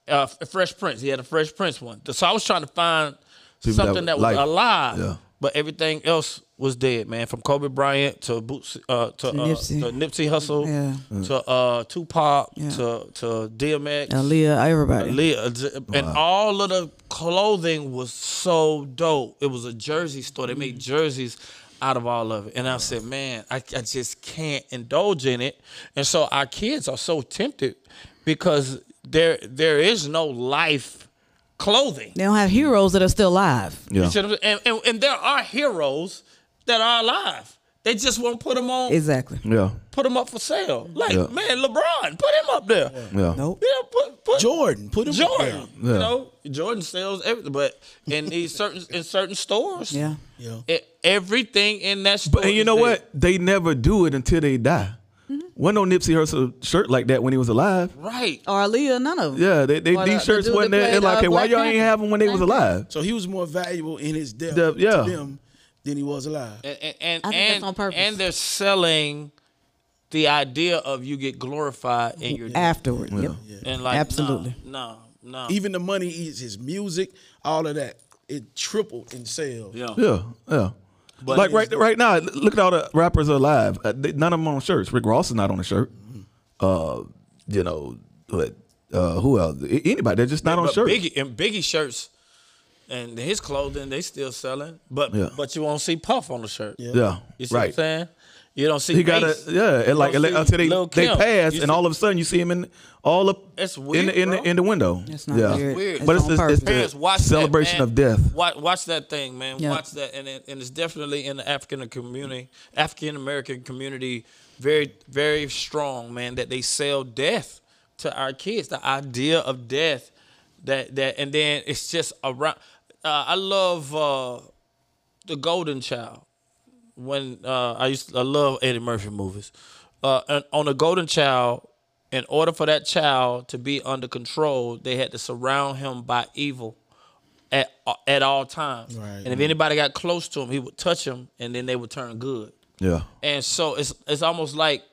C: uh, F- Fresh Prince. He had a Fresh Prince one. So I was trying to find
A: People that
C: something that, was
A: like-
C: alive,
A: Yeah.
C: but everything else was dead, man. From Kobe Bryant to Boots, uh, to, uh,
B: Nipsey.
C: to Nipsey Hussle,
B: Yeah.
C: to uh, Tupac,
B: Yeah.
C: to to DMX,
B: Aaliyah, everybody.
C: Aaliyah, and all of the clothing was so dope. It was a jersey store. They made jerseys out of all of it. And I said, man, I, I just can't indulge in it. And so our kids are so tempted because there there is no life clothing.
B: They don't have heroes that are still alive.
A: Yeah.
C: You see what I'm saying? And, and, and there are heroes that are alive. They just won't put them on,
B: Exactly.
A: Yeah.
C: put them up for sale. Like,
A: Yeah.
C: man, LeBron, put him up there.
A: Yeah.
B: Nope.
C: Yeah, put, put
D: Jordan, put him up there.
C: Jordan. You know, Jordan sells everything, but in
A: [LAUGHS]
C: these certain in certain stores,
B: Yeah.
D: Yeah.
C: e- everything in that store.
A: But and you
C: is
A: know
C: there.
A: what? They never do it until they die.
B: Mm-hmm.
A: Wasn't no Nipsey Hussle shirt like that when he was alive.
C: Right.
B: Or Aaliyah, none of them.
A: Yeah, they, they
B: Or the-
A: these shirts
B: the dude
A: wasn't
B: that
A: there. They're
B: played,
A: like,
B: uh,
A: hey, why
B: Black
A: y'all ain't
B: Panther?
A: have them when they was alive?
D: So he was more valuable in his death
A: Death, yeah.
D: to them than he was alive.
C: And and and,
B: I think that's
C: and,
B: on purpose.
C: and they're selling the idea of you get glorified in your
B: Afterward. Yep.
C: and like
B: Absolutely.
C: no no, no.
D: Even the money he his music, all of that, it tripled in sales.
C: yeah.
A: Yeah, yeah. like right right now, l- look at all the rappers alive. Uh, they, none of them on shirts. Rick Ross is not on a shirt.
C: Mm-hmm.
A: Uh, you know, but uh, who else? A- Anybody? They're just not on
C: But
A: shirts.
C: Biggie and Biggie shirts and his clothing they still selling, but
A: Yeah.
C: but you won't see Puff on the shirt.
A: yeah,
C: You see what I'm
A: right.
C: saying? You don't see
A: He got a
C: Mace.
A: yeah,
C: You
A: and like
C: don't
A: and
C: see
A: until they
C: Lil'
A: they
C: Kim.
A: pass,
C: You
A: and
C: see-
A: all of a sudden you see him in all up
C: It's
A: in
C: weird,
A: the in the,
C: bro.
A: in the window.
B: It's not
A: yeah,
B: weird. It's
A: but it's,
B: on
A: it's, it's
C: Parents,
A: the
C: watch that,
A: celebration
C: man.
A: of death.
C: Watch, watch that thing, man.
B: Yeah.
C: Watch that, and it, and it's definitely in the African community, African American community, very very strong, man. That they sell death to our kids, the idea of death, that that, and then it's just around. Uh, I love uh, the Golden Child. When uh, I used, I love Eddie Murphy movies. Uh, and on the Golden Child, in order for that child to be under control, they had to surround him by evil at at all times.
D: Right.
C: And if anybody got close to him, he would touch him, and then they would turn good.
A: Yeah,
C: And so it's it's almost like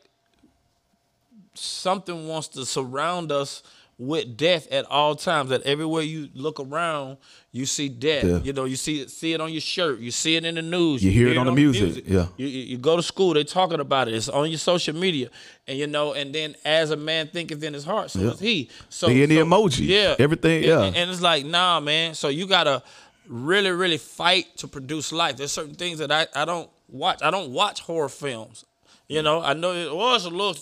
C: something wants to surround us with death at all times. That everywhere you look around, you see death.
A: Yeah.
C: You know, you see it, see it on your shirt, you see it in the news,
A: You hear it on the music, yeah.
C: you, you you go to school, they talking about it. It's on your social media, and you know. And then as a man thinketh in his heart, so is he. So
A: The- the
C: so-
A: emoji,
C: yeah,
A: everything,
C: And-
A: yeah.
C: and- and it's like, nah, man. So you gotta really, really fight to produce life. There's certain things that I, I don't watch. I don't watch horror films. You know, I know it was a little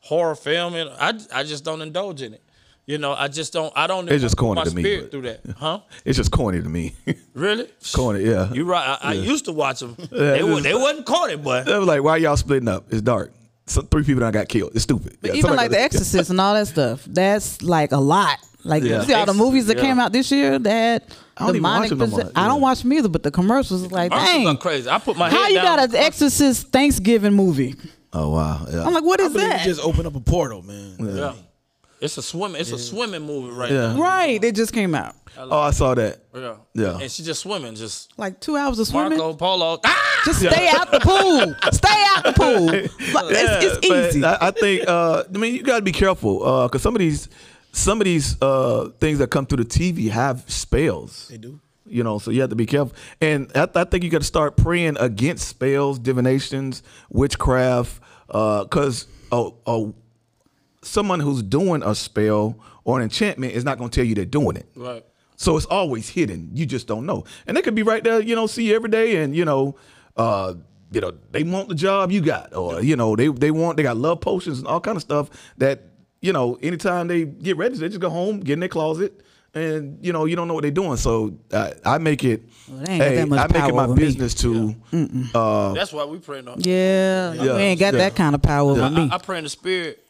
C: horror film, and I I just don't indulge in it. You know, I just don't. I don't.
A: It's just
C: put
A: corny
C: my
A: to me,
C: spirit
A: but-
C: through that, huh?
A: it's just corny to me. [LAUGHS]
C: Really?
A: corny, yeah.
C: You right. I, I used to watch them. they, wa-
A: is-
C: they wasn't corny, but
A: They was like, why y'all splitting up? It's dark. So three people done got killed. It's stupid. [LAUGHS]
B: But
A: Yeah,
B: even
A: somebody
B: like
A: got-
B: The Exorcist and all that stuff, that's like a lot. Like
A: Yeah.
B: you see all the movies that
C: Yeah.
B: came out this year that
A: I don't even watch
B: demonic.
A: them no
B: possess-
A: more.
B: I don't
A: Yeah.
B: watch them either, but the commercials is like,
C: Ursula's
B: dang,
C: gone crazy. I put my
B: how
C: head
B: you
C: down.
B: got an Exorcist Thanksgiving movie?
A: Oh wow. Yeah.
B: I'm like, what
D: I
B: is
D: believe
B: that?
D: he just opened up a portal, man.
C: Yeah. It's a swimming. It's a swimming movie right
A: Yeah.
C: now.
B: Right. It just came out.
A: Oh, I saw
B: [LAUGHS]
A: that.
C: Yeah.
A: Yeah.
C: And she just swimming. Just
B: Like two hours of swimming.
C: Marco Polo. Ah!
B: Just stay out the pool. Stay out the
C: [LAUGHS]
B: pool. Like,
A: Yeah,
B: it's, it's
A: but
B: easy.
A: I, I think. Uh, I mean, you got to be careful because some of these, some of these uh, things that come through the TV have spells.
D: They do.
A: You know, so you have to be careful. And I, I think you got to start praying against spells, divinations, witchcraft, because a, a someone who's doing a spell or an enchantment is not going to tell you they're doing it.
C: Right.
A: So it's always hidden. You just don't know. And they could be right there, you know, see you every day and, you know, uh, you know, they want the job you got. Or, you know, they they want they got love potions and all kind of stuff that, you know, anytime they get ready, they just go home, get in their closet, and you know, you don't know what they're doing. So I, I make it
B: they ain't got
A: hey,
B: that much
A: I make
B: power
A: it my
B: over me.
A: business to
C: That's why we praying on.
B: yeah,
A: Yeah,
B: We ain't got
A: yeah.
B: that kind of power over me.
C: I, I pray in the spirit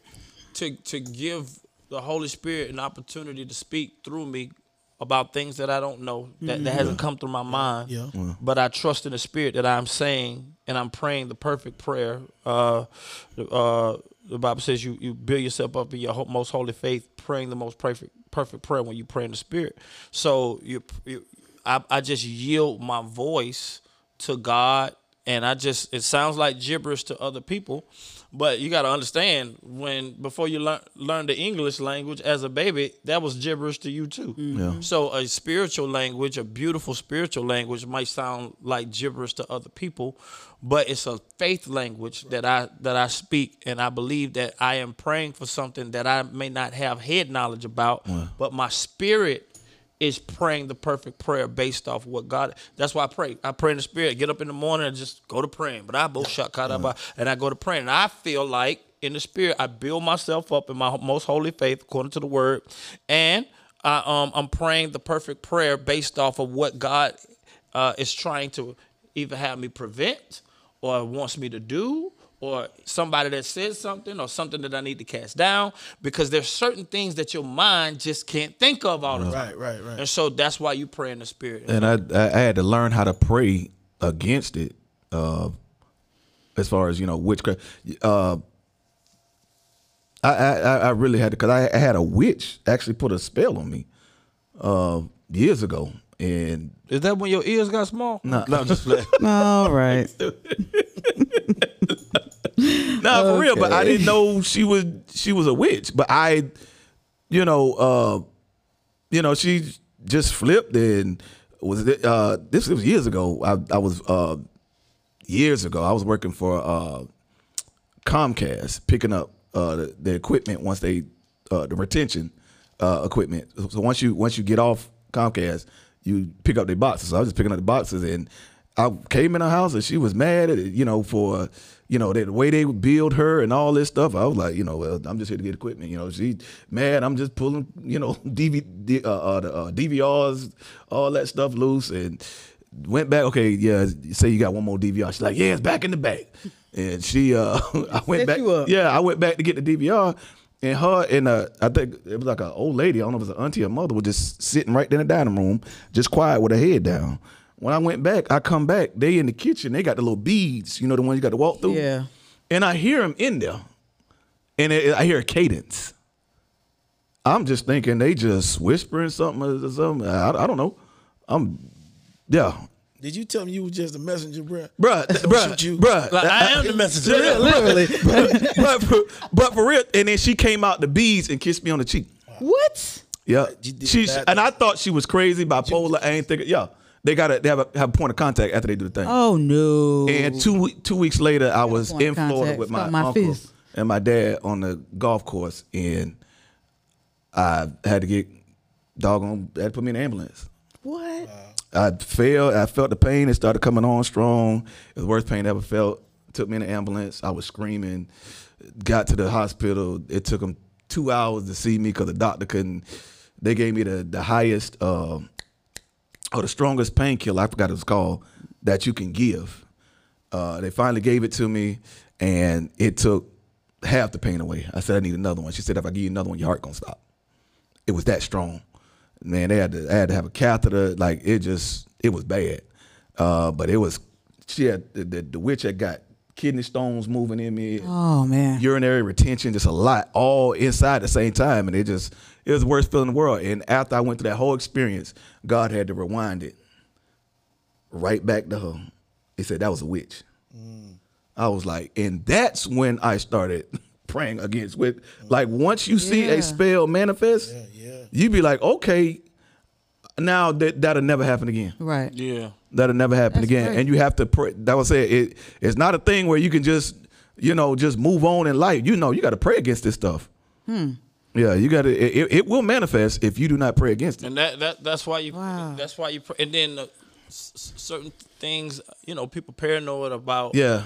C: to to give the Holy Spirit an opportunity to speak through me about things that I don't know that, that hasn't come through my mind.
D: Yeah.
C: But I trust in the spirit that I'm saying and I'm praying the perfect prayer. Uh, uh, the Bible says you you build yourself up in your ho- most holy faith, praying the most perfect perfect prayer when you pray in the spirit. So you, you I, I just yield my voice to God and I just it sounds like gibberish to other people, but you got to understand when before you learn learn the English language as a baby, that was gibberish to you too. So a spiritual language, a beautiful spiritual language, might sound like gibberish to other people, but it's a faith language that I that I speak, and I believe that I am praying for something that I may not have head knowledge about, but my spirit is praying the perfect prayer based off what God. That's why I pray. I pray in the spirit. Get up in the morning and just go to praying. But I both shot caught up, and I go to praying. And I feel like in the spirit, I build myself up in my most holy faith according to the word, and I um I'm praying the perfect prayer based off of what God uh, is trying to either have me prevent or wants me to do or somebody that says something or something that I need to cast down because there's certain things that your mind just can't think of all the time.
D: Right, right, right.
C: And so that's why you pray in the spirit.
A: and I, I I had to learn how to pray against it. Uh, as far as you know, witchcraft. Uh, I, I I- I really had to because I, I had a witch actually put a spell on me uh, years ago, and
C: Is that when your ears got small?
A: no, no, just no,
B: All
C: [LAUGHS]
B: right.
A: for real. But I didn't know she was she was a witch. But I, you know, uh, you know, she just flipped and was uh, this was years ago. I I was uh, years ago. I was working for uh, Comcast picking up uh, the, the equipment once they uh, the retention uh, equipment. So- So once you once you get off Comcast, you pick up their boxes. So I was just picking up the boxes, and I came in her house, and she was mad at it, you know for you know the way they billed her and all this stuff. I was like, you know, well, I'm just here to get equipment. You know, she mad. I'm just pulling you know [LAUGHS] DV, uh, uh, the, uh, DVRs, all that stuff loose, and went back. Okay, yeah, say you got one more DVR. She's like, yeah, it's back in the bag. And she, uh, [LAUGHS] I went
B: Set
A: back.
B: you up.
A: Yeah, I went back to get the DVR, and her and uh, I think it was like an old lady. I don't know if it was an auntie or mother, was just sitting right there in the dining room, just quiet with her head down. When I went back, I come back. They in the kitchen. They got the little beads. You know the ones you got to walk through.
B: Yeah.
A: And I hear them in there, and it, I hear a cadence. I'm just thinking they just whispering something or something. I, I don't know. I'm yeah.
D: Did you tell me you was just a messenger, bruh?
C: [LAUGHS]
A: Bruh, th- bruh,
D: shoot you.
A: bruh.
C: Like, I am the
A: [LAUGHS]
C: messenger. [LAUGHS]
A: Literally.
B: [LAUGHS]
A: but, but for, but for real. And then she came out the beads and kissed me on the cheek.
B: What?
A: Yeah.
D: You did
A: She,
D: that.
A: and I thought she was crazy, bipolar. I ain't thinking, yeah. They got to they have a, have a point of contact after they do the thing.
B: Oh no.
A: And two we- two weeks later, I was
B: Point of
A: in Florida
B: contact.
A: with
B: It's
A: my,
B: called my
A: uncle
B: fist.
A: and my dad on the golf course, and I had to get doggone. They had to put me in the ambulance.
B: what?
A: I fell. I felt the pain. It started coming on strong. It was the worst pain I ever felt. Took me in the ambulance. I was screaming. Got to the hospital. It took them two hours to see me because the doctor couldn't. They gave me the the highest uh, or the strongest painkiller. I forgot it was called that you can give. Uh, they finally gave it to me, and it took half the pain away. I said I need another one. She said if I give you another one, your heart gonna stop it was that strong. Man, they had to I had to have a catheter. Like it just it was bad. Uh, but it was she had the, the, the witch had got kidney stones moving in me, and
B: Oh man.
A: urinary retention, just a lot all inside the same time, and it just it was the worst feeling in the world. And after I went through that whole experience, God had to rewind it right back to her. He said that was a witch.
D: Mm.
A: I was like, and that's when I started [LAUGHS] praying against with like once you see
B: Yeah.
A: a spell manifest,
D: yeah.
A: you be like, okay, now that that'll never happen again.
B: right.
C: Yeah.
A: That'll never happen
B: That's
A: again.
B: great.
A: And you have to pray. That was it. it. It's not a thing where you can just, you know, just move on in life. You know, you got to pray against this stuff. Yeah, you got to. It, it, it will manifest if you do not pray against it.
C: And that, that that's why you
B: Wow.
C: that's why you pr- and then uh, s- s- certain things you know people paranoid about
A: Yeah,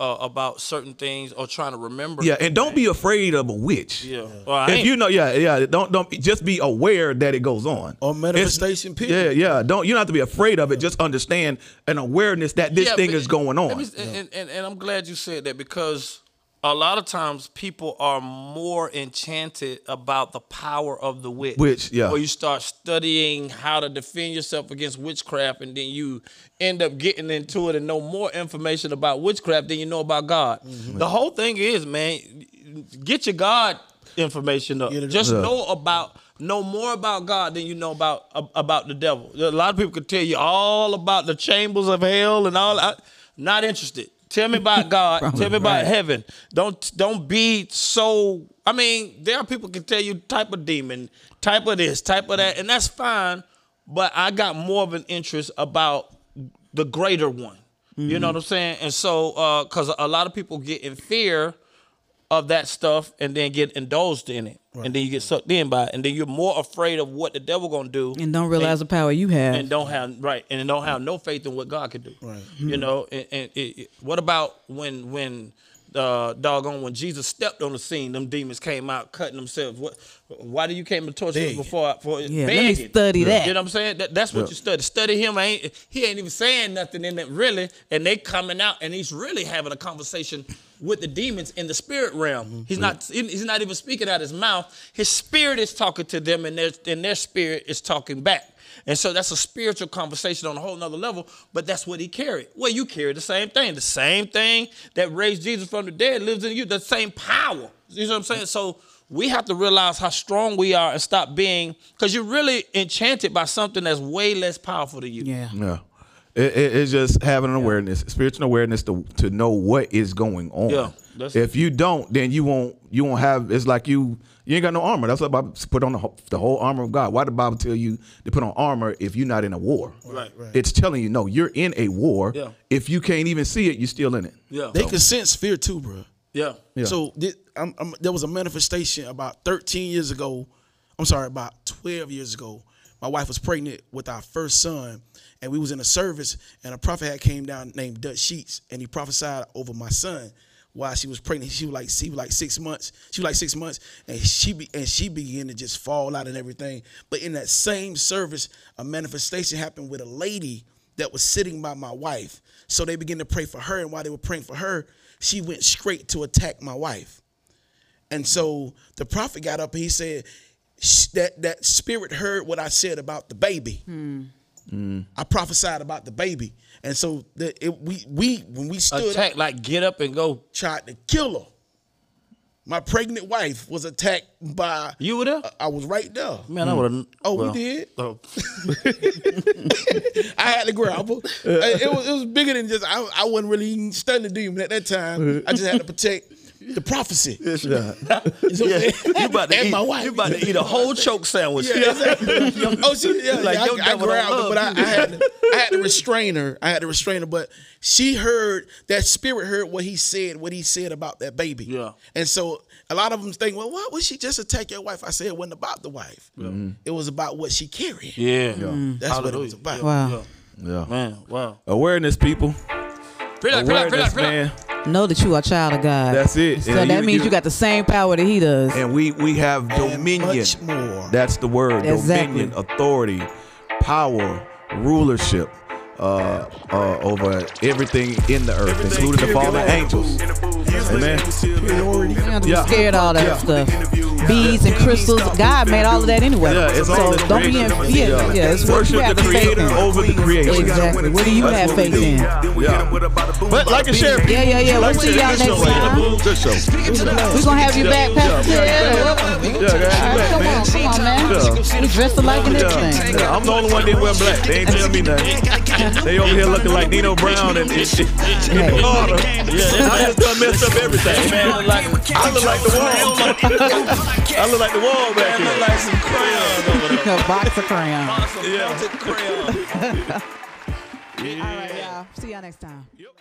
C: uh, about certain things or trying to remember
A: yeah. And don't be afraid of a witch.
C: yeah Well, I
A: If
C: ain't.
A: you know, yeah, yeah, don't don't just be aware that it goes on.
D: Or manifestation,
A: It's-
D: period.
A: Yeah, yeah. Don't you don't have to be afraid of it. Just understand an awareness that this
C: Yeah,
A: thing
C: but-
A: is going
C: let
A: on.
C: me s- and, and, and I'm glad you said that because a lot of times people are more enchanted about the power of the witch.
A: Witch, yeah.
C: Where you start studying how to defend yourself against witchcraft, and then you end up getting into it and know more information about witchcraft than you know about God.
D: Mm-hmm.
C: The whole thing is, man, get your God information up.
D: Get it
C: Just know about know more about God than you know about ab- about the devil. A lot of people could tell you all about the chambers of hell and all. I, not interested. Tell
D: [LAUGHS]
C: me about God. tell me about heaven. Don't don't be so. I mean, there are people can tell you type of demon, type of this, type of that, and that's fine. But I got more of an interest about the greater one. You know what I'm saying? And so, because a lot of people get in fear of that stuff and then get indulged in it. And then you get sucked in by it. And then you're more afraid of what the devil gonna do
B: And don't realize the power you have.
C: and don't have right and don't have no faith in what God could do. Right. You know, and, and it, it- what about when when uh, doggone when Jesus stepped on the scene, them demons came out cutting themselves. What? Why do you came to torture me
D: Begging.
C: before? I, for
B: Yeah, let me
C: begging?
B: study that.
C: You know what I'm saying? That, that's what you study. Study him. I ain't he ain't even saying nothing in it really, and they coming out and he's really having a conversation. With the demons in the spirit realm, he's not. He's not even speaking out his mouth. His spirit is talking to them, and their and their spirit is talking back. And so that's a spiritual conversation on a whole nother level, but that's what he carried. Well, you carry the same thing. The same thing that raised Jesus from the dead lives in you, the same power. You know what I'm saying? So we have to realize how strong we are and stop being, because you're really enchanted by something that's way less powerful to you.
B: yeah.
A: Yeah. It, it- it's just having an awareness, spiritual awareness to to know what is going on.
C: Yeah, that's-
A: if you don't, then you won't you won't have. It's like you you ain't got no armor. That's what Bible s- put on the, ho- the whole armor of God. Why the Bible tell you to put on armor if you're not in a war?
C: Right, right.
A: It's telling you no, you're in a war.
C: Yeah.
A: If you can't even see it, you're still in it.
C: Yeah.
D: They can sense fear too, bro.
C: yeah.
D: So thi- I'm, I'm, there was a manifestation about 13 years ago. I'm sorry, about 12 years ago. My wife was pregnant with our first son, and we was in a service, and a prophet had came down named Dutch Sheets, and he prophesied over my son while she was pregnant. She was like, she was like six months. She was like six months, and she be, and she began to just fall out and everything. But in that same service, a manifestation happened with a lady that was sitting by my wife. So they began to pray for her, and while they were praying for her, she went straight to attack my wife. And so the prophet got up and he said, "Sh- "That that spirit heard what I said about the baby. I prophesied about the baby." And so the, it, we we when we stood up,
C: Attack, like get up and go.
D: tried to kill her. My pregnant wife was attacked by.
C: You were there?
D: I was right there.
C: Man, I would have.
D: Uh, Oh, we did?
C: Oh.
D: [LAUGHS] I had to grapple. it, it was, it was bigger than just I, I wasn't really even studying the demon at that time. I just had to protect the prophecy. So-
C: [LAUGHS] You about
D: [LAUGHS]
C: to
D: and
C: eat,
D: my wife.
C: You about to eat a whole choke [LAUGHS] sandwich.
D: Yeah, exactly. [LAUGHS] oh, she, yeah,
C: Like,
D: yeah,
C: yo,
D: I, I
C: devil don't
D: grabbed her,
C: love
D: but I, I had to, I had to restrain her. I had to restrain her, but she heard that spirit heard what he said, what he said about that baby.
C: Yeah.
D: And so a lot of them think, well, why would she just attack your wife? I said it wasn't about the wife. It was about what she carried.
C: Yeah.
D: That's what it was about.
B: Wow.
A: Yeah.
C: Man, wow.
A: Awareness, people.
C: Pray like, pray like, pray like,
A: Awareness,
C: pray like.
A: man.
B: Know that you are a child of God.
A: That's it.
B: So
A: And
B: that
A: you-
B: means
A: you-
B: you got the same power that he does.
A: and we we have dominion.
D: much more.
A: That's the word.
B: Exactly.
A: Dominion, authority, power, rulership. Uh, uh, over everything in the earth, including the fallen angels. Amen.
B: You don't have to be
A: Yeah.
B: scared of all that stuff.
A: Yeah.
B: beads and crystals. God made all of that anyway.
A: Yeah, it's
B: so
A: all in
B: don't be in
A: creation.
B: yeah, yeah. It's what you
A: Worship
B: have
A: the
B: to faith
A: creator
B: in.
A: over the creation.
B: Exactly. What do you have faith in?
A: But like and share.
B: Yeah, yeah, yeah.
A: Like
B: We'll
A: and
B: see y'all
A: share. Good
B: next
A: show right
B: time.
A: here, boo. Good show.
B: We're gonna have you back, Pastor
A: Yeah,
B: Ted.
A: yeah, yeah.
B: All
A: Yeah, yeah,
B: right, come on, come on, man.
A: Yeah.
B: We dressed alike and
A: Yeah,
B: everything.
A: yeah, I'm the only one that wear black. They ain't telling me nothing. They over here looking like Nino Brown and, and shit. Hey.
B: Hey.
A: I just done messed up everything, man.
C: Man, like,
A: I look like the wall. I
C: [LAUGHS]
A: look like the wall back here.
C: like some crayons over there.
B: A box of crayons. All
C: Some melted crayons.
B: right, y'all. See y'all next time.